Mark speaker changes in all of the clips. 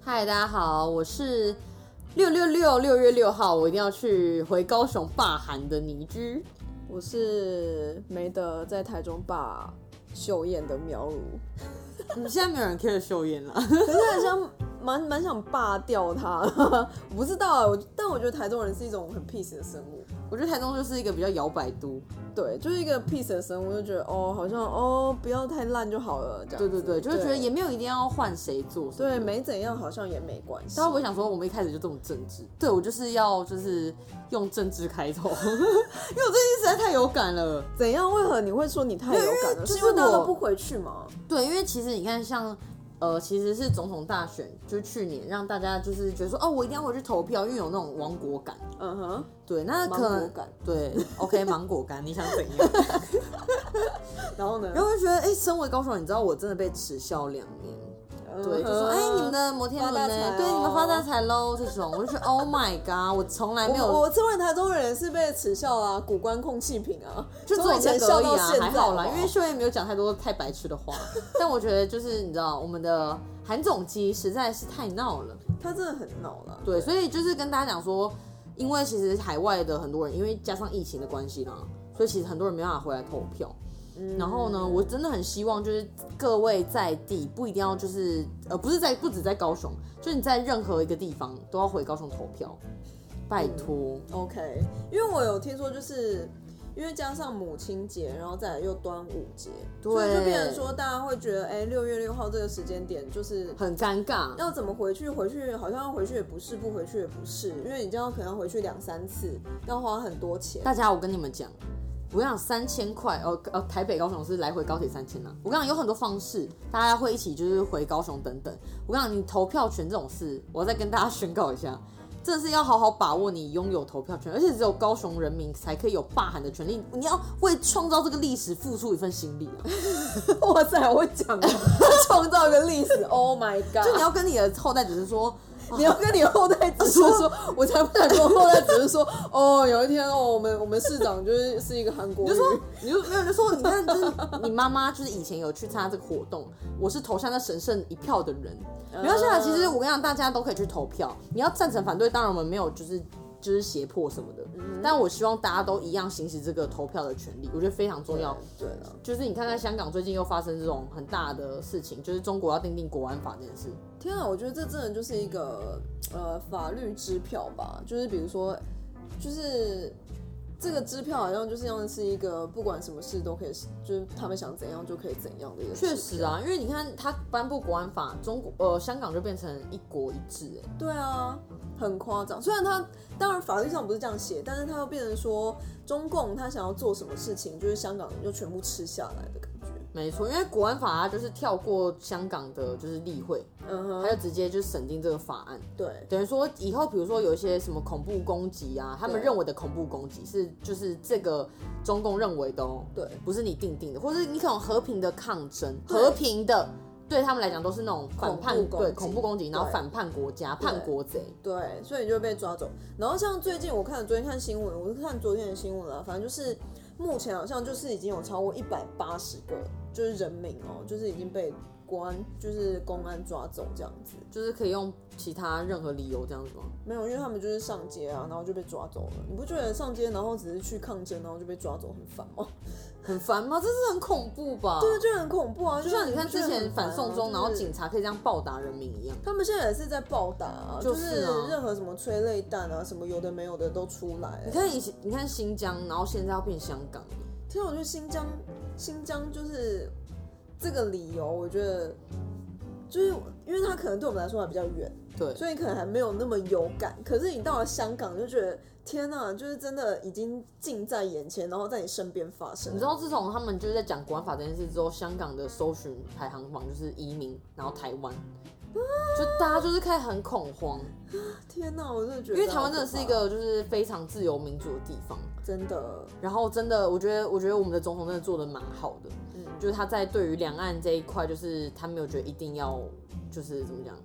Speaker 1: 嗨，大家好，我是六六六六月六号，我一定要去回高雄霸韩的倪居。
Speaker 2: 我是没得在台中把秀艳的 苗如，
Speaker 1: 你嗯现在没有人 care 秀妍了，
Speaker 2: 可是很想蛮蛮想罢掉他，我不知道、啊，我但我觉得台中人是一种很 peace 的生物，
Speaker 1: 我觉得台中就是一个比较摇摆都。
Speaker 2: 对，就是一个 peace 的生物，就觉得哦，好像哦不要太烂就好了，这样
Speaker 1: 对
Speaker 2: 子
Speaker 1: 对对，就是觉得也没有一定要换谁做什么
Speaker 2: 对
Speaker 1: 的。
Speaker 2: 没怎样，好像也没关系
Speaker 1: 但。我想说，我们一开始就这么政治，对我就是要就是用政治开头，因为 我最近实在太有感了。
Speaker 2: 怎样？为何你会说你太有感了？
Speaker 1: 就是
Speaker 2: 是因为大家
Speaker 1: 我
Speaker 2: 都不回去吗？
Speaker 1: 对，因为其实你看像，呃，其实是总统大选，就是去年让大家就是觉得说，哦，我一定要回去投票，因为有那种亡国感。
Speaker 2: 嗯哼，
Speaker 1: 对，那可
Speaker 2: 芒果
Speaker 1: 能
Speaker 2: 感。
Speaker 1: 对，OK，芒果干，你想怎样？
Speaker 2: 然后呢？
Speaker 1: 然后就觉得，哎、身为高手，你知道我真的被耻笑两年。对，就说，哎、你们的摩天轮
Speaker 2: 嗯发大
Speaker 1: 呢、
Speaker 2: 财哦
Speaker 1: 对，你们发大财喽，这种，我就觉得，Oh my god，我从来没有，
Speaker 2: 哦我我身为台中人是被耻笑啊，古关控气瓶啊，
Speaker 1: 就只
Speaker 2: 从
Speaker 1: 有
Speaker 2: 以前
Speaker 1: 这个
Speaker 2: 笑
Speaker 1: 而已
Speaker 2: 到
Speaker 1: 啊
Speaker 2: 现在，哦
Speaker 1: 还好啦，
Speaker 2: 不
Speaker 1: 因为秀妍没有讲太多太白痴的话。但我觉得就是你知道，我们的韩总机实在是太闹了。
Speaker 2: 他真的很闹了。
Speaker 1: 对，所以就是跟大家讲说，因为其实海外的很多人，因为加上疫情的关系啦，所以其实很多人没办法回来投票。然后呢，我真的很希望就是各位在地不一定要就是呃不是在不止在高雄，就是你在任何一个地方都要回高雄投票，拜托。
Speaker 2: 嗯 OK，因为我有听说，就是因为加上母亲节，然后再来又端午节，所以就变成说大家会觉得，哎、六月六号这个时间点就是。
Speaker 1: 很尴尬，
Speaker 2: 要怎么回去？回去好像回去也不是，不回去也不是，因为你这样可能要回去两三次，要花很多钱。
Speaker 1: 大家，我跟你们讲，我想三千块，呃呃，台北高雄是来回高铁三千啦。我跟你讲，有很多方式，大家会一起就是回高雄等等。我跟你讲，你投票权这种事，我再跟大家宣告一下，真的是要好好把握你拥有投票权，而且只有高雄人民才可以有霸喊的权利。你要为创造这个历史付出一份心力啊！
Speaker 2: 哇塞，我会讲 哦，创造一个历史，Oh my god！
Speaker 1: 就你要跟你的后代只是说，
Speaker 2: 你要跟你后代子孙说，我才不想跟我后代子孙说，哦，有一天哦，我们我们市长就是是一个韩国
Speaker 1: 你
Speaker 2: 人，
Speaker 1: 就说， 你就没有，你就说，你看，就是你妈妈，就是以前有去参加这个活动，我是投下那神圣一票的人。没关系啦，其实我跟你讲，大家都可以去投票。你要赞成反对，当然我们没有就是就是胁迫什么的，但我希望大家都一样行使这个投票的权利，我觉得非常重要。
Speaker 2: 对啊了，
Speaker 1: 就是你看看香港最近又发生这种很大的事情，就是中国要订定国安法这件事。
Speaker 2: 天啊，我觉得这真的就是一个呃法律支票吧，就是比如说，就是这个支票好像就是像是一个不管什么事都可以，就是他们想怎样就可以怎样的一个支票。
Speaker 1: 确实啊，因为你看他颁布国安法，中国呃香港就变成一国一制、哎，
Speaker 2: 对啊，很夸张。虽然他当然法律上不是这样写，但是他又变成说中共他想要做什么事情，就是香港人就全部吃下来的感觉。
Speaker 1: 没错，因为国安法它就是跳过香港的就是例会，
Speaker 2: 嗯哼，
Speaker 1: 他就直接就审定这个法案，
Speaker 2: 对，
Speaker 1: 等于说以后比如说有一些什么恐怖攻击啊，他们
Speaker 2: 对
Speaker 1: 认为的恐怖攻击是就是这个中共认为的哦，
Speaker 2: 对，
Speaker 1: 不是你定定的，或是你可能和平的抗争，
Speaker 2: 对
Speaker 1: 和平的对他们来讲都是那种反叛
Speaker 2: 恐怖攻击
Speaker 1: 对恐怖攻击，然后
Speaker 2: 对
Speaker 1: 反叛国家、叛国贼，
Speaker 2: 对，所以你就会被抓走。然后像最近我看昨天看新闻，我是看昨天的新闻了，反正就是目前好像就是已经有超过一百八十个就是人民哦，就是已经被国安就是公安抓走这样子。
Speaker 1: 就是可以用其他任何理由这样子吗？
Speaker 2: 没有，因为他们就是上街啊，然后就被抓走了。你不觉得上街然后只是去抗争，然后就被抓走很烦
Speaker 1: 哦
Speaker 2: 吗？
Speaker 1: 很烦吗？这是很恐怖吧？
Speaker 2: 对，就很恐怖啊！
Speaker 1: 就像你看之前反送中，然后
Speaker 2: 警
Speaker 1: 警察可以这样暴打人民一样。
Speaker 2: 啊他们现在也是在暴打、啊，
Speaker 1: 就
Speaker 2: 就是
Speaker 1: 啊
Speaker 2: 任何什么催泪弹啊，什么有的没有的都出来
Speaker 1: 你。看以前，你看新疆，然后现在要变香港，
Speaker 2: 天啊，我觉得新疆，新疆就是这个理由，我觉得就是因为它可能对我们来说还比较远，
Speaker 1: 对，
Speaker 2: 所以可能还没有那么有感。可是你到了香港，就觉得天呐、就是真的已经近在眼前，然后在你身边发生。
Speaker 1: 你知道，自从他们就是在讲国安法这件事之后，香港的搜寻排行榜就是移民，然后台湾，就大家就是开始很恐慌，
Speaker 2: 天呐、我真的觉
Speaker 1: 因
Speaker 2: 得，
Speaker 1: 为台湾真的是一个就是非常自由民主的地方。
Speaker 2: 真的，
Speaker 1: 然后真的，我觉得，我觉得我们的总统真的做的蛮好的，
Speaker 2: 嗯，
Speaker 1: 就是他在对于两岸这一块，就是他没有觉得一定要，就是怎么讲，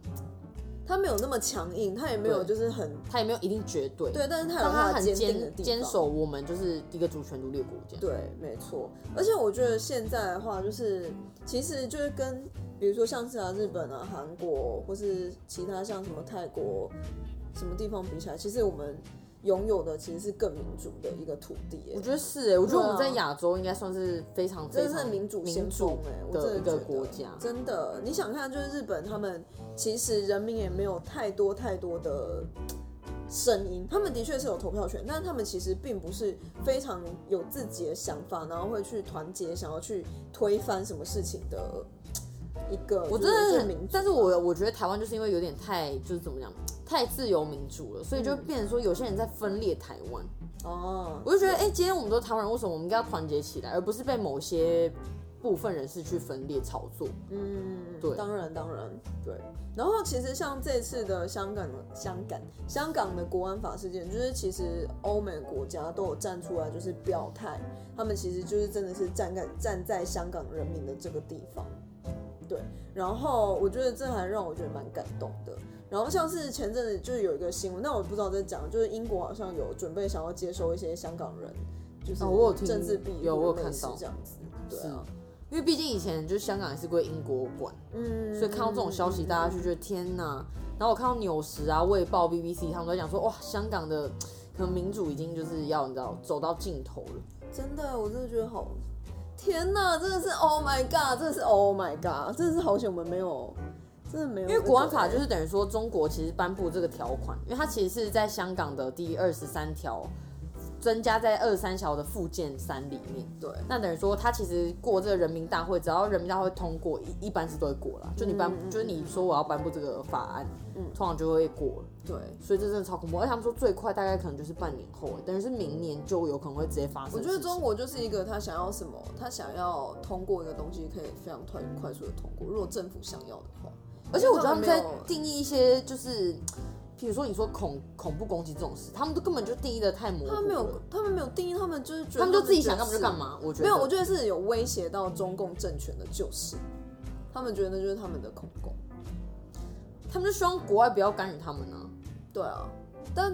Speaker 2: 他没有那么强硬，他也没有
Speaker 1: 对
Speaker 2: 就是很
Speaker 1: 他也没有一定绝对，
Speaker 2: 对，但是他有
Speaker 1: 但他
Speaker 2: 的
Speaker 1: 很
Speaker 2: 坚定的
Speaker 1: 坚
Speaker 2: 地方。
Speaker 1: 坚守我们就是一个主权独立的国家。
Speaker 2: 对，没错。而且我觉得现在的话，就是其实就是跟比如说像是啊日本啊、韩国或是其他像什么泰国什么地方比起来，其实我们拥有的其实是更民主的一个土地、欸
Speaker 1: 我。觉得是哎、我觉得我们
Speaker 2: 对啊
Speaker 1: 在亚洲应该算是非常非
Speaker 2: 真的
Speaker 1: 常
Speaker 2: 是民主先
Speaker 1: 民
Speaker 2: 锋
Speaker 1: 主
Speaker 2: 哎、我真
Speaker 1: 的
Speaker 2: 的
Speaker 1: 一个
Speaker 2: 觉得
Speaker 1: 国家。
Speaker 2: 真的，你想看，就是日本他们其实人民也没有太多太多的嘖声音，他们的确是有投票权，但是他们其实并不是非常有自己的想法，然后会去团结，想要去推翻什么事情的嘖一个。
Speaker 1: 我
Speaker 2: 就是
Speaker 1: 真的
Speaker 2: 这民
Speaker 1: 很
Speaker 2: 族，
Speaker 1: 但是我我觉得台湾就是因为有点太就是怎么讲，太自由民主了，所以就
Speaker 2: 嗯
Speaker 1: 变成说有些人在分裂台湾。
Speaker 2: 哦，
Speaker 1: 我就觉得，哎、今天我们都是台湾人，为什么我们应该要团结起来，而不是被某些部分人士去分裂炒作？
Speaker 2: 嗯，
Speaker 1: 对
Speaker 2: 当然当然，对。然后其实像这次的香港、香港、香港的国安法事件，就是其实欧美国家都有站出来，就是表态，他们其实就是真的是站在站在香港人民的这个地方，对。然后我觉得这还让我觉得蛮感动的。然后像是前阵子就是有一个新闻，那我不知道在讲，就是英国好像有准备想要接收一些香港人，就是
Speaker 1: 哦我有听
Speaker 2: 政治庇护，
Speaker 1: 有我有看到
Speaker 2: 这样子，对啊，
Speaker 1: 因为毕竟以前就是香港也是归英国管，
Speaker 2: 嗯，
Speaker 1: 所以看到这种消息，大家就觉得天哪。然后我看到纽时啊、卫报、BBC 他们都在讲说，哇，香港的可能民主已经就是要你知道走到尽头了。
Speaker 2: 真的，我真的觉得好，天哪，真的是 Oh my God，真的是 Oh my God，真的是好险我们没有，真的没有
Speaker 1: 因
Speaker 2: 那个，
Speaker 1: 为国安法就是等于说中国其实颁布这个条款，因为它其实是在香港的第二十三条增加在二三条的附件三里面。
Speaker 2: 对，
Speaker 1: 那等于说，他其实过这个人民大会，只要人民大会通过，一一般是都会过啦。就你颁，
Speaker 2: 嗯嗯嗯
Speaker 1: 就是你说我要颁布这个法案，
Speaker 2: 嗯
Speaker 1: 通常就会过了。
Speaker 2: 对，
Speaker 1: 所以这真的超恐怖，而且他们说最快大概可能就是半年后，欸等于是明年就有可能会直接发生
Speaker 2: 我
Speaker 1: 的事
Speaker 2: 觉
Speaker 1: 情。
Speaker 2: 得中国就是一个他想要什么，他想要通过一个东西，可以非常快快速的通过，如果政府想要的话，
Speaker 1: 而且我觉得他们在
Speaker 2: 没有
Speaker 1: 定义一些就是，比如说你说恐恐怖攻击这种事，他们都根本就定义的太模糊了。
Speaker 2: 他们没有，他们没有定义，他们就是觉得
Speaker 1: 他们就自己想
Speaker 2: 觉
Speaker 1: 干嘛就是
Speaker 2: 得
Speaker 1: 干。嘛。我觉得
Speaker 2: 没有，我觉得是有威胁到中共政权的，就是他们觉得那就是他们的恐共。
Speaker 1: 他们就希望国外不要干预他们啊。
Speaker 2: 对啊，但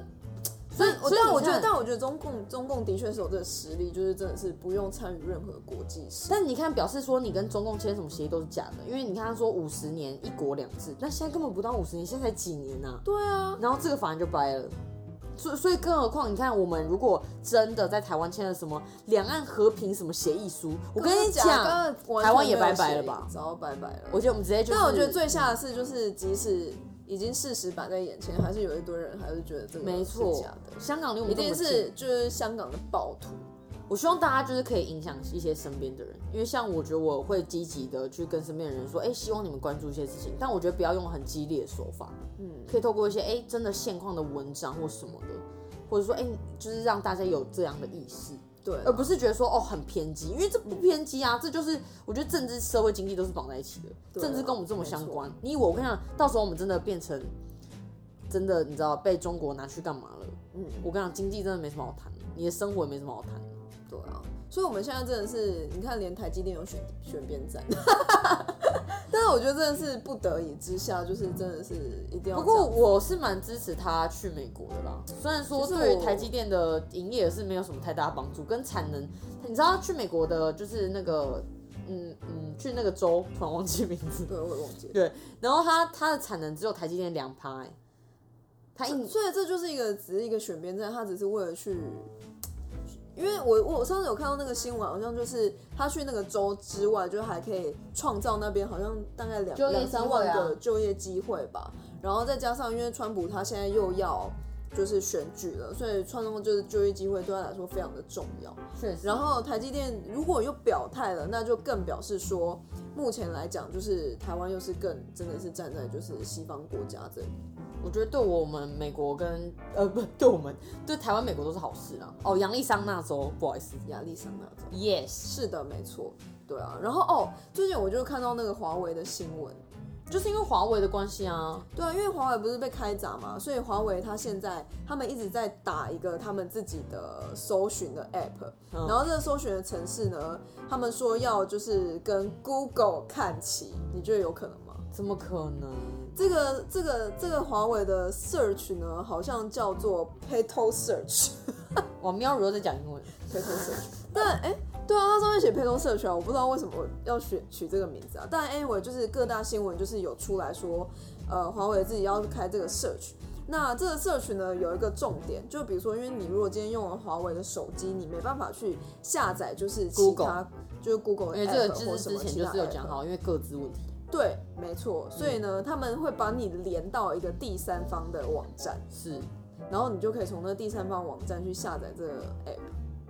Speaker 1: 所
Speaker 2: 所
Speaker 1: 以
Speaker 2: 以，，
Speaker 1: 所以
Speaker 2: 但
Speaker 1: 你
Speaker 2: 我觉得，
Speaker 1: 看
Speaker 2: 但我觉得中共中共的确是有这个实力，就是真的是不用参与任何国际事。
Speaker 1: 但你看，表示说你跟中共签什么协议都是假的，因为你看他说五十年一国两制，但现在根本不到五十年，现在才几年呐、
Speaker 2: 对啊，
Speaker 1: 然后这个法案就掰了，所以所以更何况你看，我们如果真的在台湾签了什么两岸和平什么协议书，我跟你
Speaker 2: 刚
Speaker 1: 讲，
Speaker 2: 刚完全
Speaker 1: 台湾也
Speaker 2: 没有
Speaker 1: 拜拜了
Speaker 2: 协议
Speaker 1: 吧
Speaker 2: 早拜拜了。
Speaker 1: 我觉得我们直接就是，
Speaker 2: 但我觉得最吓的是，就是即使已经事实摆在眼前，还是有一堆人还是觉得这个
Speaker 1: 没错
Speaker 2: 是假的，
Speaker 1: 香港离我们
Speaker 2: 一
Speaker 1: 这
Speaker 2: 定
Speaker 1: 么近
Speaker 2: 是就是香港的暴徒。
Speaker 1: 我希望大家就是可以影响一些身边的人，因为像我觉得我会积极的去跟身边的人说，哎、希望你们关注一些事情，但我觉得不要用很激烈的手法，嗯，可以透过一些哎、真的现况的文章或什么的，或者说哎、就是让大家有这样的意识，
Speaker 2: 对啊，
Speaker 1: 而不是觉得说哦很偏激，因为这不
Speaker 2: 嗯
Speaker 1: 偏激啊，这就是我觉得政治、社会、经济都是绑在一起的，
Speaker 2: 对啊
Speaker 1: 政治跟我们这么
Speaker 2: 没错
Speaker 1: 相关。你以为我跟你讲，到时候我们真的变成真的，你知道被中国拿去干嘛了？
Speaker 2: 嗯
Speaker 1: 我跟你讲，经济真的没什么好谈的，你的生活也没什么好谈的。
Speaker 2: 对啊，所以我们现在真的是，你看连台积电有选选边 站，但是我觉得真的是不得已之下，就是真的是一定要这样。啊
Speaker 1: 不过我是蛮支持他去美国的啦，虽然说
Speaker 2: 其实
Speaker 1: 对于
Speaker 2: 我
Speaker 1: 台积电的营业额是没有什么太大的帮助，跟产能，你知道去美国的就是那个，嗯嗯，去那个州，突然忘记名字，
Speaker 2: 对，我也忘记了。
Speaker 1: 然后它它的产能只有台积电两趴，哎、它一
Speaker 2: 所所以这就是一个只是一个选边站，他只是为了去，因为我我上次有看到那个新闻，好像就是他去那个州之外，就还可以创造那边好像大概两
Speaker 1: 就业
Speaker 2: 两
Speaker 1: 机
Speaker 2: 三
Speaker 1: 会
Speaker 2: 万
Speaker 1: 啊
Speaker 2: 个就业机会吧。然后再加上因为川普他现在又要就是选举了，所以创造就是就业机会对他来说非常的重要。
Speaker 1: 确实，
Speaker 2: 然后台积电如果又表态了，那就更表示说，目前来讲就是台湾又是更真的是站在就是西方国家这里。
Speaker 1: 我觉得对我们美国跟呃不对我们对台湾美国都是好事啊。哦，亚利桑那州，不好意思
Speaker 2: 亚利桑那州。
Speaker 1: ，yes，
Speaker 2: 是的，没错，对啊。然后哦，最近我就看到那个华为的新闻，
Speaker 1: 就是因为华为的关系啊，
Speaker 2: 对啊，因为华为不是被开闸嘛，所以华为它现在他们一直在打一个他们自己的搜寻的 app，、
Speaker 1: 嗯
Speaker 2: 然后这个搜寻的城市呢，他们说要就是跟 Google 看齐，你觉得有可能吗？
Speaker 1: 怎么可能？
Speaker 2: 这个这个这个华为的 search 呢，好像叫做 petal search
Speaker 1: 我喵如果在讲英文，
Speaker 2: petal search，但哎、对啊，它上面写 petal search 啊，我不知道为什么我要取取这个名字啊。但 anyway，就是各大新闻就是有出来说，呃，华为自己要开这个 search。那这个 search 呢，有一个重点，就比如说，因为你如果今天用了华为的手机，你没办法去下载就是其他
Speaker 1: Google
Speaker 2: 就是 Google
Speaker 1: 因
Speaker 2: 的
Speaker 1: 为哎这
Speaker 2: app
Speaker 1: 个
Speaker 2: 或
Speaker 1: 就是
Speaker 2: 什么
Speaker 1: 之前
Speaker 2: 其
Speaker 1: 就
Speaker 2: 他
Speaker 1: 是有
Speaker 2: app
Speaker 1: 讲好，因为嗯各自问题
Speaker 2: 对，没错。所以呢，他们会把你连到一个第三方的网站，
Speaker 1: 是
Speaker 2: 然后你就可以从那第三方网站去下载这个 app。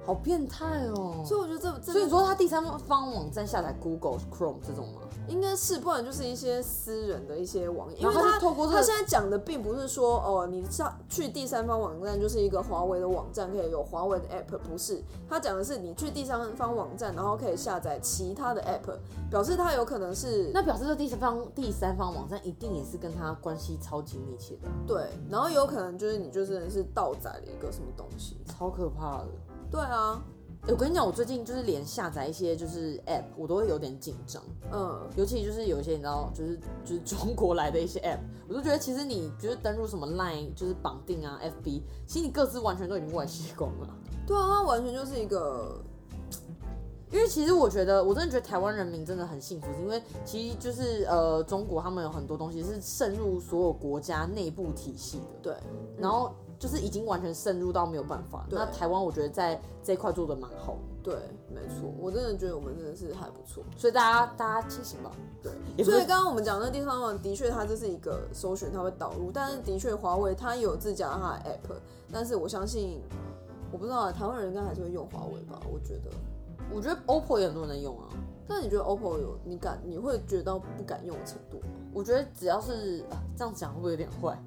Speaker 1: 好变态哦。
Speaker 2: 所以我觉得这这
Speaker 1: 所以你说他第三方网站下载 Google Chrome 这种吗？
Speaker 2: 应该是，不然就是一些私人的一些网页，因
Speaker 1: 然
Speaker 2: 为
Speaker 1: 后他
Speaker 2: 他
Speaker 1: 是透过这
Speaker 2: 他
Speaker 1: 个
Speaker 2: 现在讲的并不是说哦，你上去第三方网站就是一个华为的网站，可以有华为的 app，不是。他讲的是你去第三方网站，然后可以下载其他的 app，表示它有可能是
Speaker 1: 那表示这第三方第三方网站一定也是跟他关系超级密切的，
Speaker 2: 对，然后有可能就是你就真的是盗载了一个什么东西。
Speaker 1: 超可怕的。
Speaker 2: 对啊，
Speaker 1: 欸我跟你讲，我最近就是连下载一些就是 App，我都会有点紧张，
Speaker 2: 嗯，
Speaker 1: 尤其就是有一些你知道，就是就是中国来的一些 App，我就觉得其实你就是登录什么 Line，就是绑定啊 FB，其实你各自完全都已经外泄光了。
Speaker 2: 对啊，它完全就是一个
Speaker 1: 因为其实我觉得，我真的觉得台湾人民真的很幸福，是因为其实就是呃，中国他们有很多东西是渗入所有国家内部体系的，
Speaker 2: 对，
Speaker 1: 然后就是已经完全渗入到没有办法。
Speaker 2: 对
Speaker 1: 那台湾我觉得在这一块做的蛮好的，
Speaker 2: 对，没错，我真的觉得我们真的是还不错。
Speaker 1: 所以大家大家清醒吧。
Speaker 2: 对，
Speaker 1: 也不是
Speaker 2: 所以刚刚我们讲的那地方网，的确它这是一个搜寻，它会导入，但是的确华为它有自家它的 app，但是我相信，我不知道啊台湾人应该还是会用华为吧，我觉得。
Speaker 1: 我觉得 OPPO 也很多人在用啊，
Speaker 2: 那你觉得 OPPO 有你敢你会觉得到不敢用的程度吗？
Speaker 1: 我觉得只要是、啊这样讲会不会有点坏？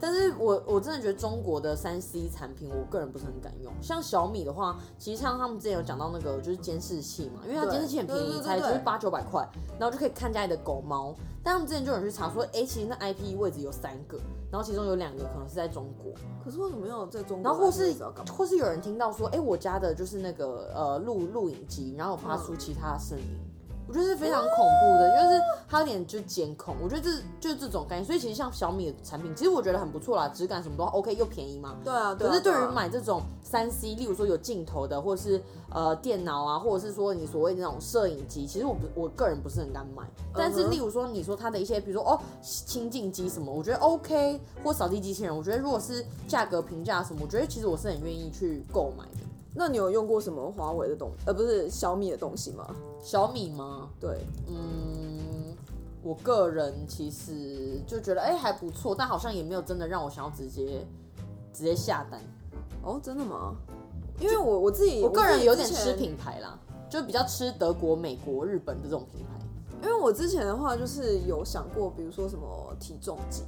Speaker 1: 但是我我真的觉得中国的三 C 产品，我个人不是很敢用。像小米的话，其实像他们之前有讲到那个就是监视器嘛，因为它
Speaker 2: 对
Speaker 1: 监视器很便
Speaker 2: 对对
Speaker 1: 宜，
Speaker 2: 对
Speaker 1: 才就是
Speaker 2: 对
Speaker 1: 八九百块，然后就可以看家里的狗猫。但他们之前就有人去查说，哎、其实那 IP 位置有三个，然后其中有两个可能是在中国，
Speaker 2: 可是为什么要在中国？
Speaker 1: 然后或是
Speaker 2: 要干嘛？嗯
Speaker 1: 或是有人听到说，哎、我家的就是那个呃录录影机，然后有发出其他的声音，
Speaker 2: 嗯
Speaker 1: 我觉得是非常恐怖的，就是它有点就监控，我觉得这就是这种概念。所以其实像小米的产品，其实我觉得很不错啦，质感什么都 OK，又便宜嘛。
Speaker 2: 对啊，对啊
Speaker 1: 可是对
Speaker 2: 啊
Speaker 1: 于买这种三 C，例如说有镜头的，或者是呃电脑啊，或者是说你所谓的那种摄影机，其实我不我个人不是很敢买。但是
Speaker 2: 嗯哼
Speaker 1: 例如说你说它的一些，比如说哦清净机什么，我觉得 OK，或扫地机器人，我觉得如果是价格平价什么，我觉得其实我是很愿意去购买的。
Speaker 2: 那你有用过什么华为的东呃不是小米的东西吗？
Speaker 1: 小米吗？
Speaker 2: 对，
Speaker 1: 嗯，我个人其实就觉得哎、还不错，但好像也没有真的让我想要直接直接下单。
Speaker 2: 哦，真的吗？因为我我自己
Speaker 1: 我个
Speaker 2: 自
Speaker 1: 人
Speaker 2: 己
Speaker 1: 有
Speaker 2: 之
Speaker 1: 点吃
Speaker 2: 前
Speaker 1: 品牌啦，就比较吃德国、美国、日本的这种品牌。
Speaker 2: 因为我之前的话就是有想过，比如说什么体重计，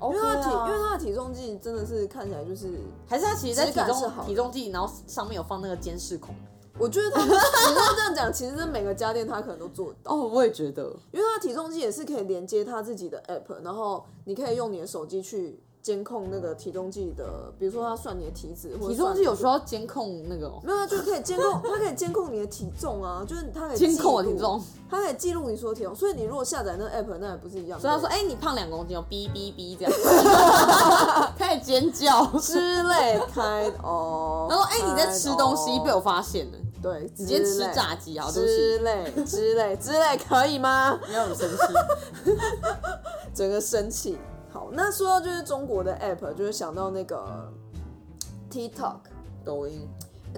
Speaker 1: 因
Speaker 2: 因为它的体，因为
Speaker 1: 为
Speaker 2: 它的体重计真的是看起来就是，
Speaker 1: 还是它其实在
Speaker 2: 质
Speaker 1: 体
Speaker 2: 感是好
Speaker 1: 重
Speaker 2: 的
Speaker 1: 体重计，然后上面有放那个监视孔。
Speaker 2: 我觉得它你要这样讲，其实这每个家电它可能都做得到，
Speaker 1: 哦，我也觉得，
Speaker 2: 因为它的体重计也是可以连接它自己的 app，然后你可以用你的手机去监控那个体重计的，比如说它算你的体脂，或者
Speaker 1: 体重
Speaker 2: 算
Speaker 1: 计有时候监控那个哦
Speaker 2: 没有，它啊就可以监控，它可以监控你的体重啊，就是它可以
Speaker 1: 监控我
Speaker 2: 记录
Speaker 1: 体，重，
Speaker 2: 它可以记录你说的体重，所以你如果下载那个 app，那也不是一样的，
Speaker 1: 所以他说：“哎、你胖两公斤哦，哔哔哔这样， 开始尖叫。”
Speaker 2: 之类哎开 哦，
Speaker 1: 然后说：“哎、你在吃东西，
Speaker 2: 哦
Speaker 1: 被我发现了，
Speaker 2: 对，
Speaker 1: 你今天吃
Speaker 2: 之类
Speaker 1: 炸鸡啊？好对不
Speaker 2: 之
Speaker 1: 起，
Speaker 2: 类之类之类，可以吗？
Speaker 1: 没有很生气。
Speaker 2: 整个生气。好，那说到就是中国的 app，就是想到那个 TikTok，
Speaker 1: 抖音，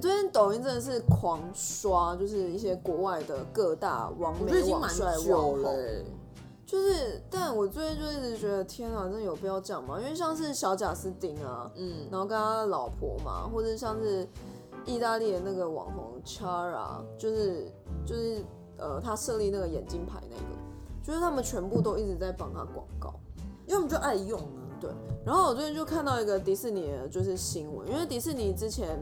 Speaker 2: 最近抖音真的是狂刷，就是一些国外的各大网
Speaker 1: 我觉得
Speaker 2: 美
Speaker 1: 已经
Speaker 2: 网
Speaker 1: 蛮
Speaker 2: 帅网
Speaker 1: 久了、
Speaker 2: 红。
Speaker 1: 欸。
Speaker 2: 就是，但我最近就一直觉得，天啊，真的有必要这样吗？因为像是小贾斯汀啊，
Speaker 1: 嗯，
Speaker 2: 然后跟他老婆嘛，或者像是意大利的那个网红 Chara，就是就是呃，他设立那个眼睛牌那个，就是他们全部都一直在帮他广告。
Speaker 1: 因为我们就爱用啊。
Speaker 2: 对，然后我最近就看到一个迪士尼的就是新闻，因为迪士尼之前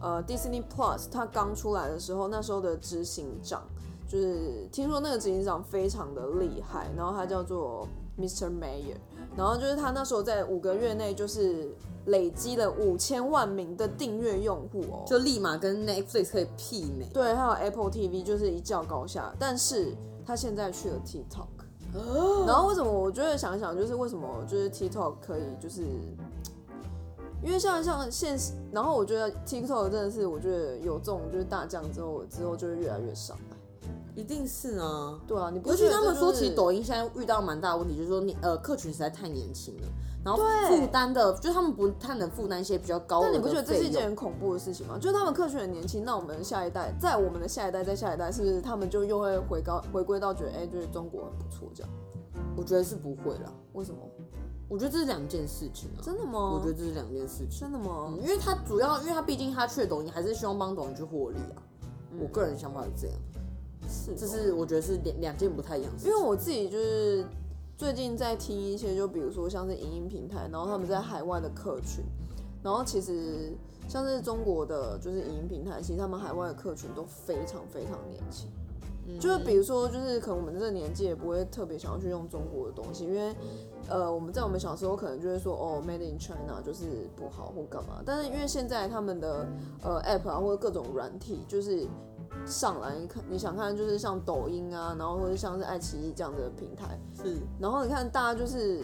Speaker 2: 呃 Disney Plus 它刚出来的时候，那时候的执行长就是听说那个执行长非常的厉害，然后他叫做 Mr. Mayer，然后就是他那时候在五个月内就是累积了五千万名的订阅用户哦，
Speaker 1: 就立马跟 Netflix 可以媲美。
Speaker 2: 对，还有 Apple TV 就是一较高下，但是他现在去了 TikTok。然后为什么我就会想一想，就是为什么就是 TikTok 可以就是，因为像像现实，然后我觉得 TikTok 真的是我觉得有这种就是大降之后之后就会越来越少。
Speaker 1: 一定是啊。
Speaker 2: 对啊，你不
Speaker 1: 尤
Speaker 2: 觉
Speaker 1: 其
Speaker 2: 得
Speaker 1: 他们
Speaker 2: 这
Speaker 1: 说，
Speaker 2: 就
Speaker 1: 其
Speaker 2: 是
Speaker 1: 实抖音现在遇到蛮大的问题，就是说你呃客群实在太年轻了，然后负担的，就是他们不太能负担一些比较高额
Speaker 2: 但
Speaker 1: 的
Speaker 2: 你不觉得这是一
Speaker 1: 费用
Speaker 2: 件很恐怖的事情吗？就是他们客群很年轻，那我们下一代，在我们的下一代，在下一代，是不是他们就又会回高回归到觉得，哎、就是中国很不错这样？
Speaker 1: 我觉得是不会啦，
Speaker 2: 为什么？
Speaker 1: 我觉得这是两件事情啊。
Speaker 2: 真的吗？
Speaker 1: 我觉得这是两件事情，
Speaker 2: 真的吗
Speaker 1: 嗯？因为他主要，因为他毕竟他去抖音，还是希望帮抖音去获利啊。我个人想法是这样，
Speaker 2: 嗯是
Speaker 1: 这
Speaker 2: 这是
Speaker 1: 是哦我觉得是两两件不太一样的事
Speaker 2: 因
Speaker 1: 情。
Speaker 2: 为我自己就是最近在听一些，就比如说像是影音平台，然后他们在海外的客群，然后其实像是中国的就是影音平台，其实他们海外的客群都非常非常年轻。就是
Speaker 1: 嗯
Speaker 2: 比如说，就是可能我们这个年纪也不会特别想要去用中国的东西，因为，呃，我们在我们小时候可能就会说，哦，Made in China 就是不好或干嘛。但是因为现在他们的呃 App 啊或者各种软体，就是上来你看，你想看就是像抖音啊，然后或者像是爱奇艺这样的平台，
Speaker 1: 是
Speaker 2: 然后你看大家就是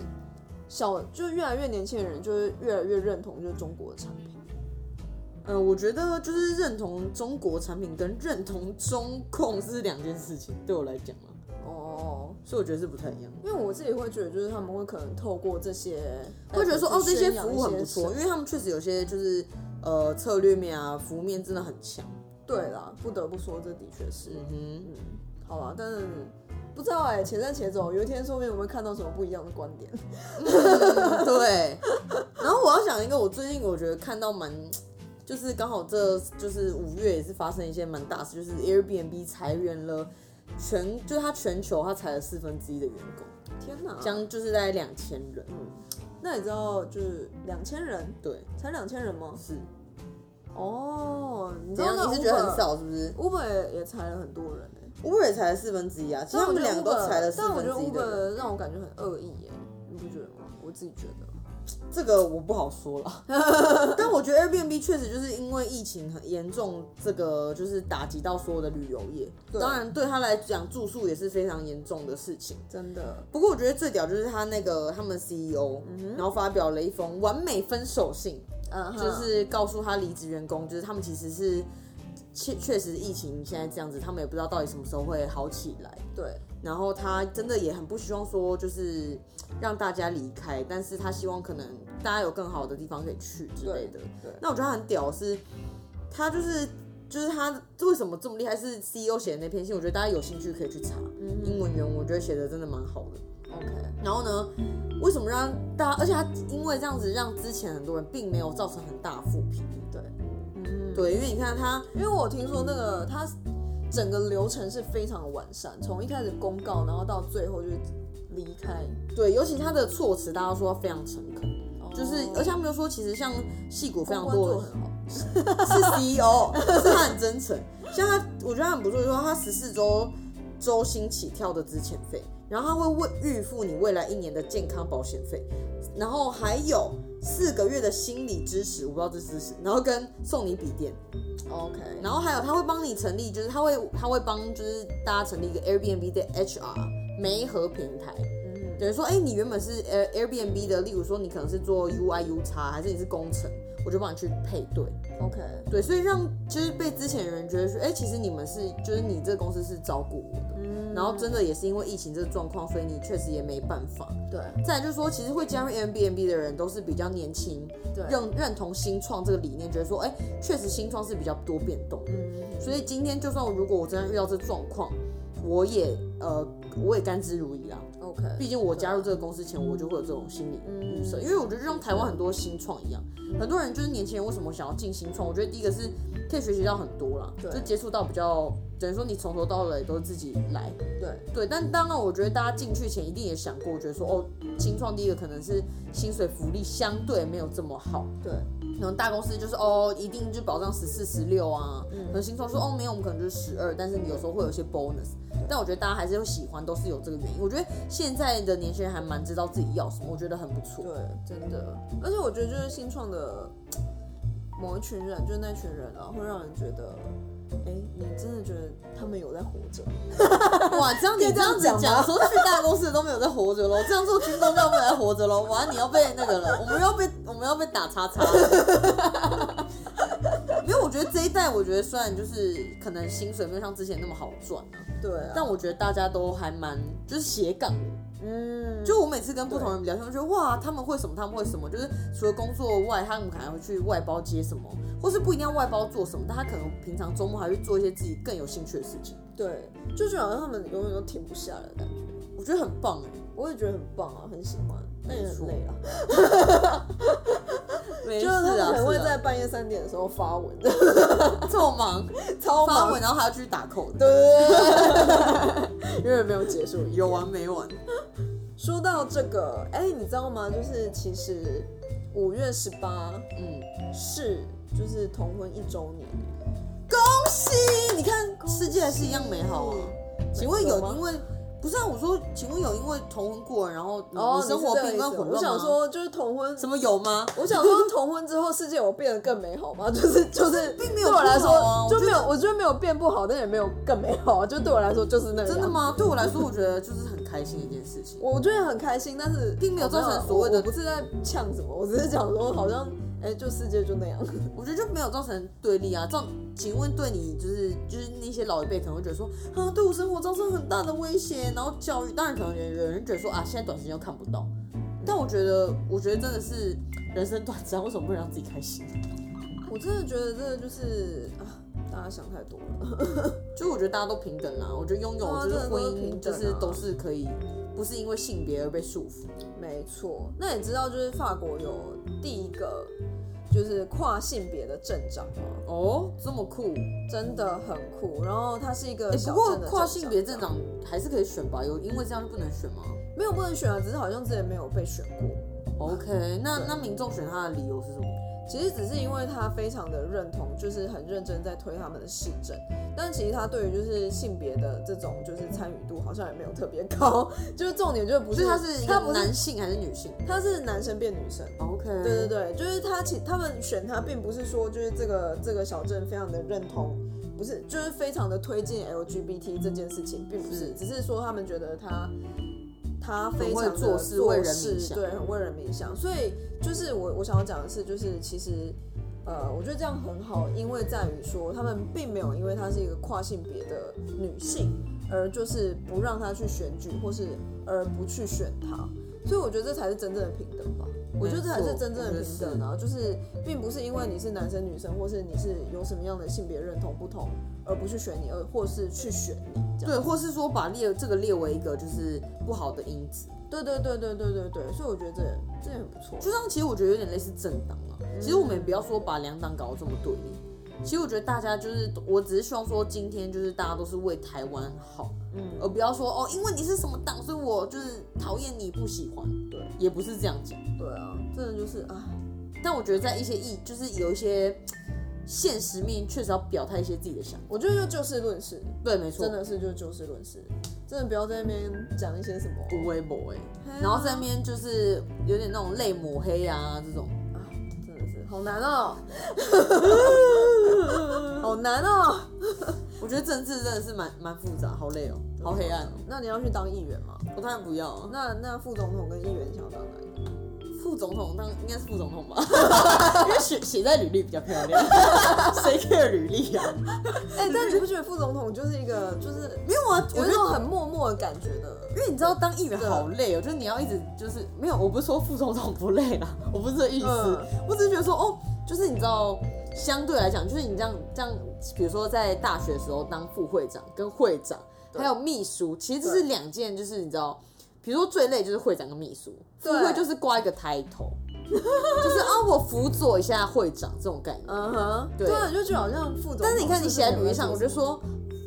Speaker 2: 小，就是越来越年轻的人就会越来越认同就是中国的产品。
Speaker 1: 嗯，我觉得就是认同中国产品跟认同中共是两件事情，对我来讲啊，
Speaker 2: 哦，
Speaker 1: 所以我觉得是不太一样。
Speaker 2: 因为我自己会觉得，就是他们会可能透过这些，
Speaker 1: 会觉得说哦，这些服务很不
Speaker 2: 宣扬一
Speaker 1: 错，
Speaker 2: 些
Speaker 1: 因为他们确实有些就是呃策略面啊、服务面真的很强。
Speaker 2: 对啦，不得不说，这的确是，
Speaker 1: 嗯
Speaker 2: 好啦，但是不知道哎、且战且走，有一天说不定我们会看到什么不一样的观 点。
Speaker 1: 哼， 对。然后我要讲一个，我最近我觉得看到蛮，就是刚好这就是五月也是发生一些蛮大事，就是 Airbnb 裁员了全，就是它全球它裁了四分之一的员工，
Speaker 2: 天哪，
Speaker 1: 将就是大概两千人。
Speaker 2: 那你知道就是两千人，
Speaker 1: 对，
Speaker 2: 才两千人吗？
Speaker 1: 是。
Speaker 2: 哦，你知
Speaker 1: 怎
Speaker 2: 道
Speaker 1: 样？
Speaker 2: 那
Speaker 1: 你是觉得很少是不是
Speaker 2: Uber 也裁了很多人哎、
Speaker 1: ？Uber 也裁了四分之一啊，其实
Speaker 2: 但
Speaker 1: 他
Speaker 2: 我
Speaker 1: 们
Speaker 2: 觉得
Speaker 1: 两个都
Speaker 2: Uber，
Speaker 1: 裁了四
Speaker 2: 但我
Speaker 1: 分
Speaker 2: 觉得
Speaker 1: 之一的人。
Speaker 2: Uber 让我感觉很恶意哎、你不觉得吗？我自己觉得。
Speaker 1: 这个我不好说了， 但我觉得 Airbnb 确实就是因为疫情很严重，这个就是打击到所有的旅游业。
Speaker 2: 对
Speaker 1: 当然，对他来讲住宿也是非常严重的事情。
Speaker 2: 真的，
Speaker 1: 不过我觉得最屌就是他那个他们 CEO，、然后发表了一封完美分手信，
Speaker 2: 嗯哼，
Speaker 1: 就是告诉他离职员工，就是他们其实是确确实疫情现在这样子，他们也不知道到底什么时候会好起来。
Speaker 2: 对，
Speaker 1: 然后他真的也很不希望说就是让大家离开，但是他希望可能大家有更好的地方可以去之类的。
Speaker 2: 对对
Speaker 1: 那我觉得他很屌是，他就是就是他为什么这么厉害？是 CEO 写的那篇信，我觉得大家有兴趣可以去查，
Speaker 2: 嗯
Speaker 1: 英文原文我觉得写的真的蛮好的。
Speaker 2: ，OK，
Speaker 1: 然后呢，为什么让大家？而且他因为这样子让之前很多人并没有造成很大负评，
Speaker 2: 对，嗯
Speaker 1: 对，因为你看他
Speaker 2: 因为我听说那个它整个流程是非常完善，从一开始公告，然后到最后就是离开，
Speaker 1: 对，尤其他的措辞，大家说非常诚恳，就是
Speaker 2: 哦
Speaker 1: 而且他们又说，其实像戏骨非常
Speaker 2: 公关
Speaker 1: 多的
Speaker 2: 做得很好，
Speaker 1: 是 CEO，是他很真诚。像他，我觉得他很不错，就是说他十四周周薪起跳的资遣费，然后他会为预付你未来一年的健康保险费，然后还有四个月的心理支持，我不知道这是支持，然后跟送你笔电，
Speaker 2: ，OK，
Speaker 1: 然后还有他会帮你成立，就是他会他会帮就是大家成立一个 Airbnb 的 HR 媒合平台。
Speaker 2: 嗯
Speaker 1: 等于说，哎、你原本是 Air Airbnb 的，例如说你可能是做 UI U 叉，还是你是工程，我就帮你去配对。
Speaker 2: ，OK，
Speaker 1: 对，所以让就是被之前的人觉得说，哎、其实你们是，就是你这个公司是照顾我的，
Speaker 2: 嗯
Speaker 1: 然后真的也是因为疫情这个状况，所以你确实也没办法。
Speaker 2: 对
Speaker 1: 再来就是说，其实会加入 Airbnb 的人都是比较年轻，
Speaker 2: 对，
Speaker 1: 认认同新创这个理念，觉得说，哎、确实新创是比较多变动的。
Speaker 2: 嗯
Speaker 1: 所以今天就算如果我真的遇到这状况，我也呃我也甘之如饴啦。
Speaker 2: ，OK，
Speaker 1: 毕竟我加入这个公司前，我就会有这种心理预设，因为我觉得就像台湾很多新创一样，很多人就是年轻人为什么想要进新创？我觉得第一个是可以学习到很多啦，
Speaker 2: 对
Speaker 1: 就接触到比较，等于说你从头到尾都是自己来，
Speaker 2: 对
Speaker 1: 对。但当然，我觉得大家进去前一定也想过，我觉得说哦，新创第一个可能是薪水福利相对没有这么好，
Speaker 2: 对，
Speaker 1: 可能大公司就是哦，一定就保障十四、十六啊。
Speaker 2: 嗯
Speaker 1: 可能新创说哦，没有，我们可能就是十二，但是你有时候会有一些 bonus。但我觉得大家还是会喜欢，都是有这个原因。我觉得现在的年轻人还蛮知道自己要什么，我觉得很不 错。
Speaker 2: 对，真的。而且我觉得就是新创的某一群人，就是那群人啊，会让人觉得哎、你真的觉得他们有在活着？
Speaker 1: 哇，这样你
Speaker 2: 可以
Speaker 1: 这
Speaker 2: 这
Speaker 1: 样
Speaker 2: 样
Speaker 1: 子
Speaker 2: 讲
Speaker 1: 讲，
Speaker 2: 吗
Speaker 1: 说去大公司的都没有在活着喽，这样做军工票没有在活着喽，哇，你要被那个了，我们要被我们要被打叉叉 了。因为我觉得这一代，我觉得虽然就是可能薪水没有像之前那么好赚啊，
Speaker 2: 对啊，
Speaker 1: 但我觉得大家都还蛮就是斜杠的。
Speaker 2: 嗯，
Speaker 1: 就我每次跟不同人聊天，我就觉得哇，他们会什么，他们会什么，就是除了工作外，他们可能还会去外包接什么，或是不一定要外包做什么，但他可能平常周末还会做一些自己更有兴趣的事情，
Speaker 2: 对，就觉得好像他们永远都停不下来的感觉。
Speaker 1: 我觉得很棒哎、
Speaker 2: 我也觉得很棒啊，很喜欢，但也很累啊。
Speaker 1: 没事
Speaker 2: 就是他们
Speaker 1: 啊，
Speaker 2: 可能会
Speaker 1: 是啊
Speaker 2: 在半夜三点的时候发文，
Speaker 1: 这么忙
Speaker 2: 超
Speaker 1: 发
Speaker 2: 忙。
Speaker 1: 文，然后还要去打扣的，
Speaker 2: 对对对， 永远没有结束。
Speaker 1: 有啊完没完？
Speaker 2: 说到这个，哎、你知道吗？就是其实五月十八
Speaker 1: 嗯，
Speaker 2: 是就是同婚一周年，
Speaker 1: 恭喜！你看世界还是一样美好啊。
Speaker 2: 嗯
Speaker 1: 请问有
Speaker 2: 有吗
Speaker 1: 因为不是啊？我说，请问有因为同婚过了，然后你,、
Speaker 2: 哦，
Speaker 1: 生活
Speaker 2: 你是
Speaker 1: 变
Speaker 2: 这个意
Speaker 1: 更
Speaker 2: 思
Speaker 1: 混乱吗？
Speaker 2: 我想说，就是同婚，
Speaker 1: 什么有吗？
Speaker 2: 我想说同婚之后世界有变得更美好 吗？就是就是，
Speaker 1: 并没有
Speaker 2: 对我来
Speaker 1: 不好啊
Speaker 2: 说就没有，我觉得没有变不好，但也没有更美好啊。就对我啊来说就是那样。
Speaker 1: 真的？吗？对我来说，我觉得就是很开心的一件事情。
Speaker 2: 我觉得很开心，但是
Speaker 1: 并没有造成
Speaker 2: 哦我
Speaker 1: 所谓的
Speaker 2: 我不是在呛什么，我只是讲说好像哎、就世界就那样。
Speaker 1: 我觉得就没有造成对立啊。
Speaker 2: 嗯
Speaker 1: 这种，请问对你就是就是那些老一辈可能会觉得说啊，对我生活造成很大的威胁，然后教育，当然可能有人有人觉得说啊，现在短时间又看不到。但我觉得，我觉得真的是人生短暂，为什么不能让自己开心？
Speaker 2: 我真的觉得真的就是啊，大家想太多了。
Speaker 1: 就我觉得大家都平等啊，我觉得拥有
Speaker 2: 对啊
Speaker 1: 就是
Speaker 2: 真的
Speaker 1: 婚
Speaker 2: 都是
Speaker 1: 姻，
Speaker 2: 平
Speaker 1: 就
Speaker 2: 等啊
Speaker 1: 是都是可以，不是因为性别而被束缚。
Speaker 2: 没错，那你知道就是法国有第一个就是跨性别的镇长吗？
Speaker 1: 哦，这么酷！
Speaker 2: 真的很酷。然后他是一个
Speaker 1: 哎、
Speaker 2: 小
Speaker 1: 不
Speaker 2: 镇
Speaker 1: 过
Speaker 2: 的
Speaker 1: 跨性别
Speaker 2: 镇
Speaker 1: 镇长还是可以选吧？有因为这样就不能选吗？
Speaker 2: 没有不能选啊，只是好像之前没有被选过。
Speaker 1: OK，那那民众选他的理由是什么？
Speaker 2: 其实只是因为他非常的认同，就是很认真在推他们的市政，但其实他对于就是性别的这种就是参与度好像也没有特别高， 就是重点就是不
Speaker 1: 所
Speaker 2: 是
Speaker 1: 以他嗯是一个
Speaker 2: 他不是
Speaker 1: 男性还是女性
Speaker 2: 他是男生变女生。
Speaker 1: ？OK，
Speaker 2: 对对对，就是他其他们选他，并不是说就是这个这个小镇非常的认同，不是就是非常的推进 LGBT 这件事情，并不是，
Speaker 1: 是
Speaker 2: 只是说他们觉得他他非
Speaker 1: 嗯很
Speaker 2: 常
Speaker 1: 会
Speaker 2: 的
Speaker 1: 做事为人
Speaker 2: 事
Speaker 1: 民想
Speaker 2: 对，很为人民想。所以就是我我想要讲的是，就是其实呃，我觉得这样很好，因为在于说他们并没有因为她是一个跨性别的女性，而就是不让她去选举，或是而不去选她。所以我觉得这才是真正的平等吧。我觉得这才是真正的平等啊，就是并不是因为你是男生女生，或是你是有什么样的性别认同不同，而不去选你，而或是去选你这样。
Speaker 1: 对，或是说把列这个列为一个就是不好的因子，
Speaker 2: 对对对对对对对，所以我觉得这也这也很不错。啊
Speaker 1: 就像其实我觉得有点类似政党啊。其实我们也不要说把两党搞得这么对立，其实我觉得大家就是，我只是希望说今天就是大家都是为台湾好，
Speaker 2: 嗯，
Speaker 1: 而不要说哦，因为你是什么党，所以我就是讨厌你不喜欢，
Speaker 2: 对
Speaker 1: 也不是这样讲。
Speaker 2: 对啊，真的就是啊，
Speaker 1: 但我觉得在一些意，就是有一些现实面，确实要表态一些自己的想法。
Speaker 2: 我觉得就就事论事，
Speaker 1: 对，没错，
Speaker 2: 真的是就就事论事，真的不要在那边讲一些什么。
Speaker 1: 无微博哎，然后在那边就是有点那种类抹黑啊这种，
Speaker 2: 啊，真的是好难哦，好难哦。
Speaker 1: 我觉得政治真的是蛮蛮复杂，好累哦，好黑暗哦。
Speaker 2: 那你要去当议员吗？
Speaker 1: 我当然不要啊，
Speaker 2: 那那副总统跟议员想要当哪一个？
Speaker 1: 副总统当应该是副总统吧， 因为写写在履历比较漂亮， 谁 care 履历啊？
Speaker 2: 哎、 但你不觉得副总统就是一个就是
Speaker 1: 没有啊，
Speaker 2: 有
Speaker 1: 我
Speaker 2: 一
Speaker 1: 觉
Speaker 2: 种
Speaker 1: 得。
Speaker 2: 很默默的感觉的？
Speaker 1: 因为你知道当议员好累哦，就是你要一直就是没有，我不是说副总统不累啦， 我不是这意思，
Speaker 2: 嗯
Speaker 1: 我只是觉得说哦，就是你知道，相对来讲，就是你这样这样，比如说在大学的时候当副会长跟会长，
Speaker 2: 对
Speaker 1: 还有秘书，其实这是两件，就是你知道，比如说最累就是会长跟秘书，副
Speaker 2: 对
Speaker 1: 会就是挂一个 title，就是啊我辅佐一下会长这种概念。
Speaker 2: 嗯哼，
Speaker 1: 对
Speaker 2: 对啊，就觉得好像副总统，
Speaker 1: 但是你看你写在履历上，我
Speaker 2: 觉
Speaker 1: 就
Speaker 2: 得
Speaker 1: 说，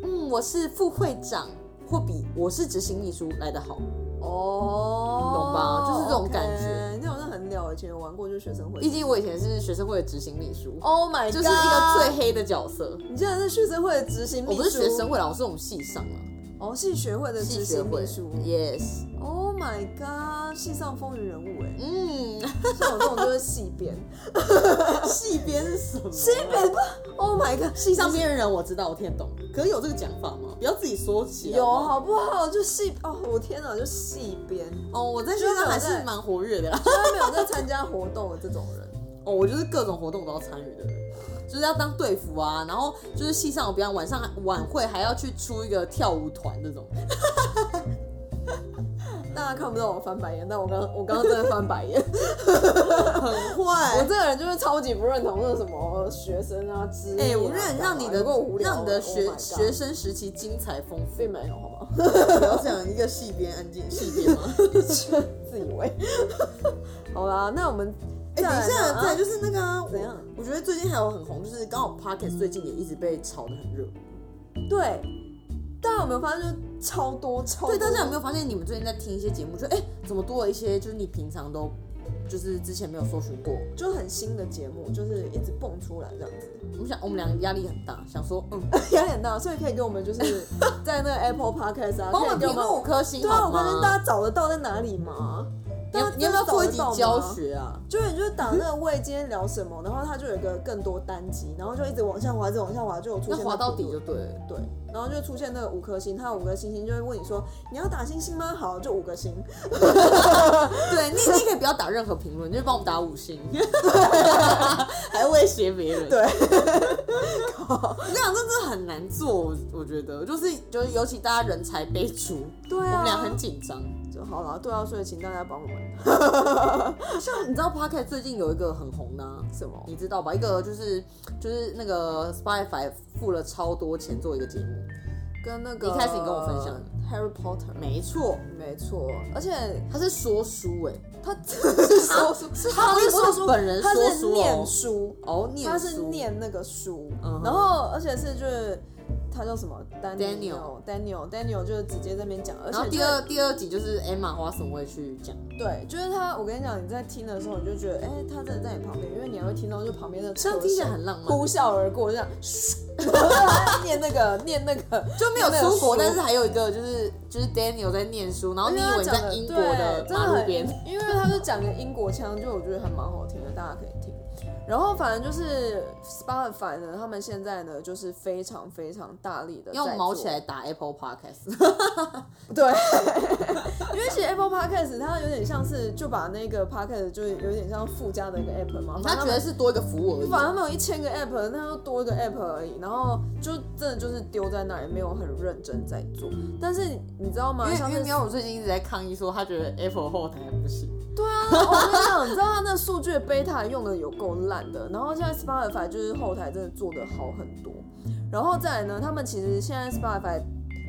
Speaker 1: 嗯，我是副会长，或比我是执行秘书来得好。
Speaker 2: 哦，
Speaker 1: 懂吧就是这种感觉
Speaker 2: OK，那好像很了，以前有玩过，就是学生会
Speaker 1: 毕。竟我以前是学生会的执行秘书
Speaker 2: Oh my god！
Speaker 1: 就是一个最黑的角色。
Speaker 2: 你竟然是学生会的执行秘
Speaker 1: 我不
Speaker 2: 书，
Speaker 1: 是学生会啦，我是我们系上啦，啊
Speaker 2: 哦，系学会的
Speaker 1: 系
Speaker 2: 执
Speaker 1: 学
Speaker 2: 行
Speaker 1: 会
Speaker 2: 秘书。
Speaker 1: Yes，
Speaker 2: Oh my god，戏上风云人物哎、
Speaker 1: 嗯，
Speaker 2: 像我这种就是戏 编，
Speaker 1: 戏编是什么？
Speaker 2: 戏编吧，Oh my god，
Speaker 1: 戏上边的人我知道，我听得懂。可是有这个讲法吗？不要自己说起。
Speaker 2: 有
Speaker 1: 好不好
Speaker 2: 好不好？就戏哦，我天哪，就戏编，
Speaker 1: 哦，我在学校还是蛮活跃的 啦。
Speaker 2: 居然没有在参加活动的这种 人。
Speaker 1: 哦，我就是各种活动我都要参与的人，就是要当队服啊，然后就是戏上有表演，晚上晚会还要去出一个跳舞团这种。
Speaker 2: 大家看不到我翻白眼，但我刚我刚刚真的翻白 眼。
Speaker 1: 很会。
Speaker 2: 我这个人就是超级不认同那什么学生啊之
Speaker 1: 哎、
Speaker 2: 类。
Speaker 1: 我认让你的
Speaker 2: 够无聊了，
Speaker 1: 让你的
Speaker 2: Oh
Speaker 1: 学、
Speaker 2: my god
Speaker 1: 学生时期精彩丰富。
Speaker 2: 并没有好吗？
Speaker 1: 不要讲一个戏编安静戏编 吗？
Speaker 2: 自以为。 好啦，那我们
Speaker 1: 哎、 等一
Speaker 2: 再来
Speaker 1: 下，
Speaker 2: 吧
Speaker 1: 再来就是那个、啊、我
Speaker 2: 怎样？
Speaker 1: 我觉得最近还有很红，就是刚好 Pocket 最近也一直被炒得很热。
Speaker 2: 啊对，大家有没有发现，就超多超
Speaker 1: 对，
Speaker 2: 多
Speaker 1: 大家有没有发现你们最近在听一些节目，就哎、怎么多了一些就是你平常都就是之前没有搜寻过？
Speaker 2: 就很新的节目，就是一直蹦出来这样子，
Speaker 1: 我们想我们俩压力很大，想说嗯，
Speaker 2: 压力很大，所以可以给我们就是 在那个 Apple Podcast 啊，
Speaker 1: 帮我们
Speaker 2: 可以给
Speaker 1: 评论五颗星
Speaker 2: 对啊，
Speaker 1: 好
Speaker 2: 我发现
Speaker 1: 吗？
Speaker 2: 大家找得到在哪里吗？
Speaker 1: 你
Speaker 2: 大
Speaker 1: 要
Speaker 2: 家
Speaker 1: 你要不要
Speaker 2: 真的
Speaker 1: 做一集
Speaker 2: 找得到
Speaker 1: 教
Speaker 2: 吗？
Speaker 1: 学啊？
Speaker 2: 就是你就是打那个位今天聊什么，然后它就有一个更多单集，然后就一直往下滑，一直往下滑，就有出
Speaker 1: 那
Speaker 2: 现
Speaker 1: 滑到底
Speaker 2: 那个
Speaker 1: 就对了。
Speaker 2: 对，然后就出现那个五颗星，它有五颗星星就会问你说你要打星星吗？好，就五颗星，
Speaker 1: 对你，你可以不要打任何评论，你就帮我们打五 星， 还威胁别人。
Speaker 2: 对，
Speaker 1: 我跟你讲，这真的很难做，我我觉得，就是就是，尤其大家人才辈出，
Speaker 2: 对啊，
Speaker 1: 我们俩很紧张。
Speaker 2: 就好了，对啊，所以请大家帮我们
Speaker 1: 像你知道 p o c k e t 最近有一个很红的、啊，
Speaker 2: 什么？
Speaker 1: 你知道吧？一个就是就是那个 Spotify 付了超多钱做一个节目，
Speaker 2: 跟那个
Speaker 1: 一开始你跟我分享的
Speaker 2: Harry Potter，
Speaker 1: 没错，
Speaker 2: 没错，而且
Speaker 1: 他是说书哎、
Speaker 2: 他是说书，是
Speaker 1: 他
Speaker 2: 哈利波特
Speaker 1: 不是本人
Speaker 2: 他
Speaker 1: 说
Speaker 2: 是
Speaker 1: 书哦
Speaker 2: 念书，
Speaker 1: 哦，念
Speaker 2: 他是
Speaker 1: 书
Speaker 2: 念那个书
Speaker 1: 嗯哼，
Speaker 2: 然后而且是就是他叫什么
Speaker 1: Daniel
Speaker 2: Daniel Daniel Daniel 就是直接在那边讲，而
Speaker 1: 然后
Speaker 2: 且
Speaker 1: 第
Speaker 2: 就是
Speaker 1: 二第二集就是 Emma 花神会去讲，
Speaker 2: 对，就是他，我跟你讲，你在听的时候你就觉得，哎、他真的在你旁边，因为你还会听到就旁边的
Speaker 1: 这
Speaker 2: 车
Speaker 1: 样
Speaker 2: 声
Speaker 1: 听起来很浪漫，欸
Speaker 2: 呼啸而过，这样，然后他 念那个念那个，
Speaker 1: 就没有
Speaker 2: 没有
Speaker 1: 出国，
Speaker 2: 书
Speaker 1: 但是还有一个就是就是 Daniel 在念书，然后你
Speaker 2: 啊
Speaker 1: 以为你在英国的马路边，
Speaker 2: 因为他就讲个英国腔，就我觉得还蛮好听的，大家可以听。然后反正就是 Spotify 呢，他们现在呢就是非常非常大力的
Speaker 1: 用毛起来打 Apple Podcast，
Speaker 2: 对，因为其实 Apple Podcast 它有点像是就把那个 Podcast 就是有点像附加的一个 app 嘛，
Speaker 1: 他觉得是多一个服务而
Speaker 2: 反
Speaker 1: 已。
Speaker 2: 正他们有一千个 app，那就多一个 app 而已，然后就真的就是丢在那里，没有很认真在做。但是你知道
Speaker 1: 因
Speaker 2: 吗？
Speaker 1: 为
Speaker 2: 像
Speaker 1: 因为
Speaker 2: 是
Speaker 1: 喵我最近一直在抗议说，他觉得 Apple 后台不行。
Speaker 2: 我跟你讲，你知道它那数据的 beta 用的有够烂的，然后现在 Spotify 就是后台真的做的好很多，然后再来呢，他们其实现在 Spotify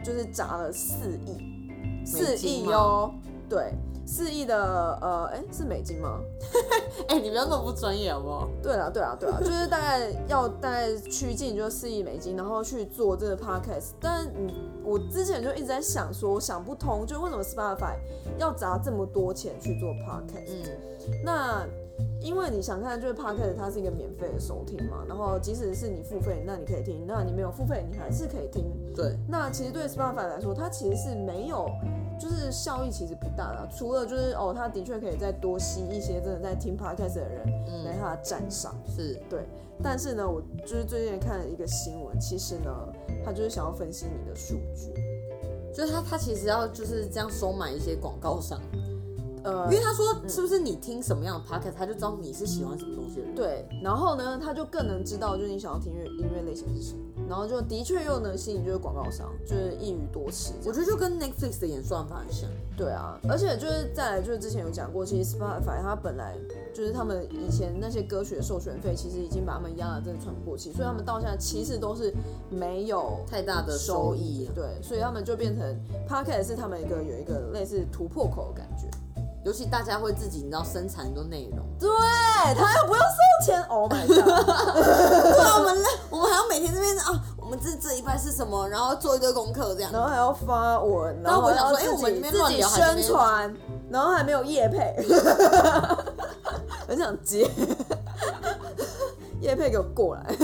Speaker 2: 就是砸了四亿，四
Speaker 1: 美金
Speaker 2: 亿
Speaker 1: 吗
Speaker 2: 哦，对，四亿的呃，哎、是美金吗？
Speaker 1: 哎、你不要那么不专业好不好？
Speaker 2: 对啦，对啦， 对啦，就是大概要大概趋近就是四亿美金，然后去做这个 podcast。但你我之前就一直在想说，我想不通，就为什么 Spotify 要砸这么多钱去做 podcast？、
Speaker 1: 嗯，
Speaker 2: 那因为你想看，就是 podcast 它是一个免费的收听嘛，然后即使是你付费，那你可以听；那你没有付费，你还是可以听。
Speaker 1: 嗯对，
Speaker 2: 那其实对 Spotify 来说，它其实是没有，就是效益其实不大的，除了就是哦，它的确可以再多吸一些真的在听 podcast 的人来
Speaker 1: 嗯，
Speaker 2: 它的站上。
Speaker 1: 是
Speaker 2: 但是呢，我就是最近看了一个新闻，其实呢，他就是想要分析你的数据。
Speaker 1: 就是他他其实要就是这样收买一些广告商，
Speaker 2: 呃
Speaker 1: 因，为他说是不是你听什么样的 Podcast，他就知道你是喜欢什么东西的人。
Speaker 2: 对，然后呢，他就更能知道就是你想要听乐音乐类型是什么，然后就的确又能吸引就是广告商，就是一语多吃这
Speaker 1: 我
Speaker 2: 样。
Speaker 1: 觉得就跟 Netflix 的演算法很像。
Speaker 2: 对啊，而且就是再来就是之前有讲过，其实 Spotify 它本来就是他们以前那些歌曲的授权费，其实已经把他们压得真的喘不过气，所以他们到现在其实都是没有
Speaker 1: 太大的收
Speaker 2: 收
Speaker 1: 益啊了，
Speaker 2: 对，所以他们就变成 Podcast 是他们一个有一个类似突破口的感觉。
Speaker 1: 尤其大家会自己你知道生产很多内 容，
Speaker 2: 对他又不用收钱，Oh my god！
Speaker 1: 对啊，我们累，我们还要每天这边啊，我们这这礼拜是什么，然后做一堆功课这样。
Speaker 2: 然后还要发文，
Speaker 1: 然
Speaker 2: 然
Speaker 1: 后
Speaker 2: 后
Speaker 1: 我想
Speaker 2: 还
Speaker 1: 说
Speaker 2: 要
Speaker 1: 哎
Speaker 2: 自
Speaker 1: 我们这
Speaker 2: 己
Speaker 1: 边
Speaker 2: 自
Speaker 1: 乱
Speaker 2: 己
Speaker 1: 聊还这边
Speaker 2: 宣传，然后还没有业配， 很想接，业配给我过来。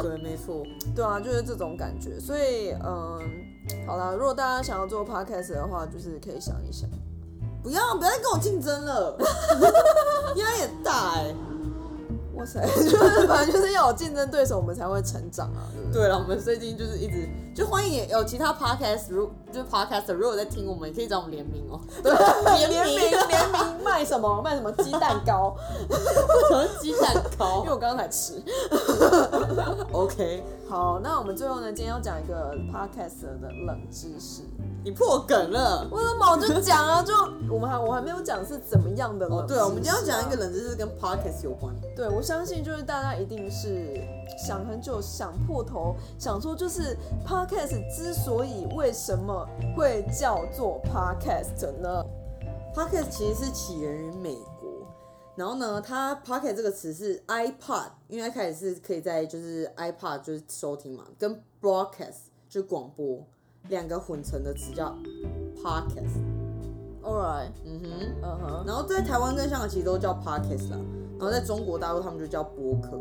Speaker 1: 对，没错，
Speaker 2: 对啊，就是这种感觉，所以嗯。好啦，如果大家想要做 podcast 的话，就是可以想一想。
Speaker 1: 不要不要再跟我竞争 了，压力很大哎、
Speaker 2: 哇塞，就是反正就是要有竞争对手，我们才会成长啊，对不对？
Speaker 1: 对了，我们最近就是一直就欢迎也有其他 podcast，如就是 podcast 如果有在听，我们也可以找我们联名 哦，对，
Speaker 2: 联 名联名卖什么？卖什么鸡蛋糕？
Speaker 1: 鸡蛋
Speaker 2: 因为
Speaker 1: 糕
Speaker 2: 我刚刚才吃。
Speaker 1: ，OK，
Speaker 2: 好，那我们最后呢，今天要讲一个 podcast 的冷知识。
Speaker 1: 你破梗了。
Speaker 2: 我的妈，我就讲啊，就我们还我还没有讲是怎么样的冷
Speaker 1: 哦，
Speaker 2: 知
Speaker 1: 对
Speaker 2: 识啊、
Speaker 1: 啊，我们今天要讲一个冷知识跟 podcast 有关。
Speaker 2: 对，我相信就是大家一定是想很久、想破头，想说就是 podcast 之所以为什么会叫做 podcast 呢？
Speaker 1: Pocket 其实是起源于美国，然后呢，它 Pocket 这个词是 iPod，因为它开始是可以在就是 iPod 就是收听嘛，跟 broadcast 就是广播两个混成的词叫 Podcast。
Speaker 2: All right，
Speaker 1: 嗯哼，
Speaker 2: 嗯哼，
Speaker 1: 然后在台湾跟香港其实都叫 Podcast 啦，然后在中国大陆他们就叫播客。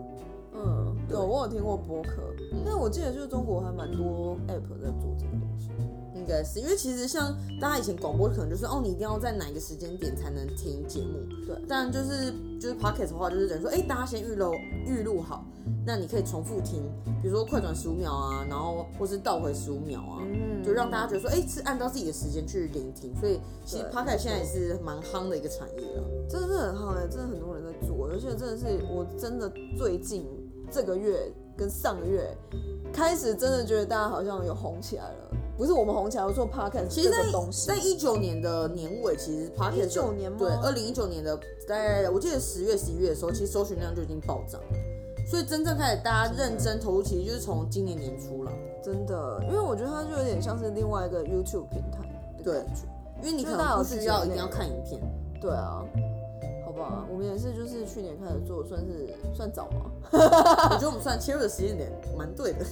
Speaker 2: 嗯，对
Speaker 1: 对
Speaker 2: 我有听过播客，
Speaker 1: 嗯
Speaker 2: 但我记得就是中国还蛮多 app 在做这个东西。
Speaker 1: 应该是因为其实像大家以前广播可能就是哦，你一定要在哪个时间点才能听节目，
Speaker 2: 对
Speaker 1: 但就是就是 podcast 的话，就是等于说，哎、大家先预录预录好，那你可以重复听，比如说快转十五秒啊，然后或是倒回十五秒啊，
Speaker 2: 嗯
Speaker 1: 就让大家觉得说，哎、是按照自己的时间去聆听，所以其实
Speaker 2: 对
Speaker 1: podcast 现在也是蛮夯的一个产业了。
Speaker 2: 真的是很好哎、真的很多人在做，而且真的是我真的最近这个月跟上个月开始真的觉得大家好像有红起来了，不是我们红起来，我说 podcast
Speaker 1: 其实
Speaker 2: 这
Speaker 1: 在
Speaker 2: 个东西，
Speaker 1: 在一九年的年尾，其实 podcast 就
Speaker 2: 19年吗
Speaker 1: 对，二零一九年的大概我记得十月、十一月的时候，其实搜寻量就已经暴涨了。所以真正开始大家认真投入，其实就是从今年年初了。
Speaker 2: 真的，因为我觉得它就有点像是另外一个 YouTube 平台的感觉。
Speaker 1: 因为你可
Speaker 2: 就大家
Speaker 1: 能不
Speaker 2: 有自己
Speaker 1: 需
Speaker 2: 的
Speaker 1: 要一
Speaker 2: 内
Speaker 1: 定要
Speaker 2: 容
Speaker 1: 看影 片，
Speaker 2: 对啊，好吧，我们也是就是去年开始做，算是算早吗？
Speaker 1: 我觉得我们算切入的时间点蛮对的。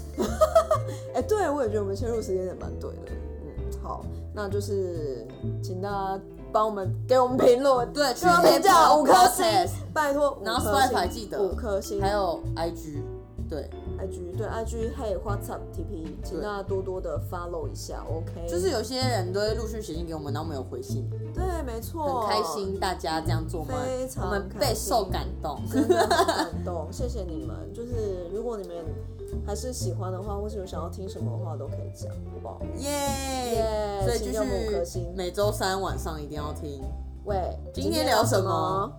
Speaker 2: 哎、对，我也觉得我们切入时间点蛮对的。嗯，好，那就是请大家帮我们给我们评论，
Speaker 1: 对，去
Speaker 2: 给我们评价
Speaker 1: Apple
Speaker 2: 五颗星
Speaker 1: Podcast，
Speaker 2: 拜托。
Speaker 1: 然后
Speaker 2: 五颗星
Speaker 1: Spotify 记得
Speaker 2: 五颗星，
Speaker 1: 还有 IG，对，
Speaker 2: IG 对 IG 还有 WhatsApp TP，请
Speaker 1: 对
Speaker 2: 大家多多的 follow 一下，OK？
Speaker 1: 就是有些人都会陆续写信给我们，然后我们有回信，
Speaker 2: 对，没错，
Speaker 1: 很开，心大家这样做嘛
Speaker 2: 哦非，常
Speaker 1: 我们
Speaker 2: 开
Speaker 1: 备
Speaker 2: 心
Speaker 1: 受感 动。
Speaker 2: 真的很感动，谢谢你们。就是如果你们还是喜欢的话，或是有想要听什么的话，都可以讲，好不好？
Speaker 1: 哎耶！所以
Speaker 2: 请
Speaker 1: 就
Speaker 2: 给我们五颗
Speaker 1: 是
Speaker 2: 星
Speaker 1: 每周三晚上一定要听。
Speaker 2: 喂，
Speaker 1: 今天聊什么？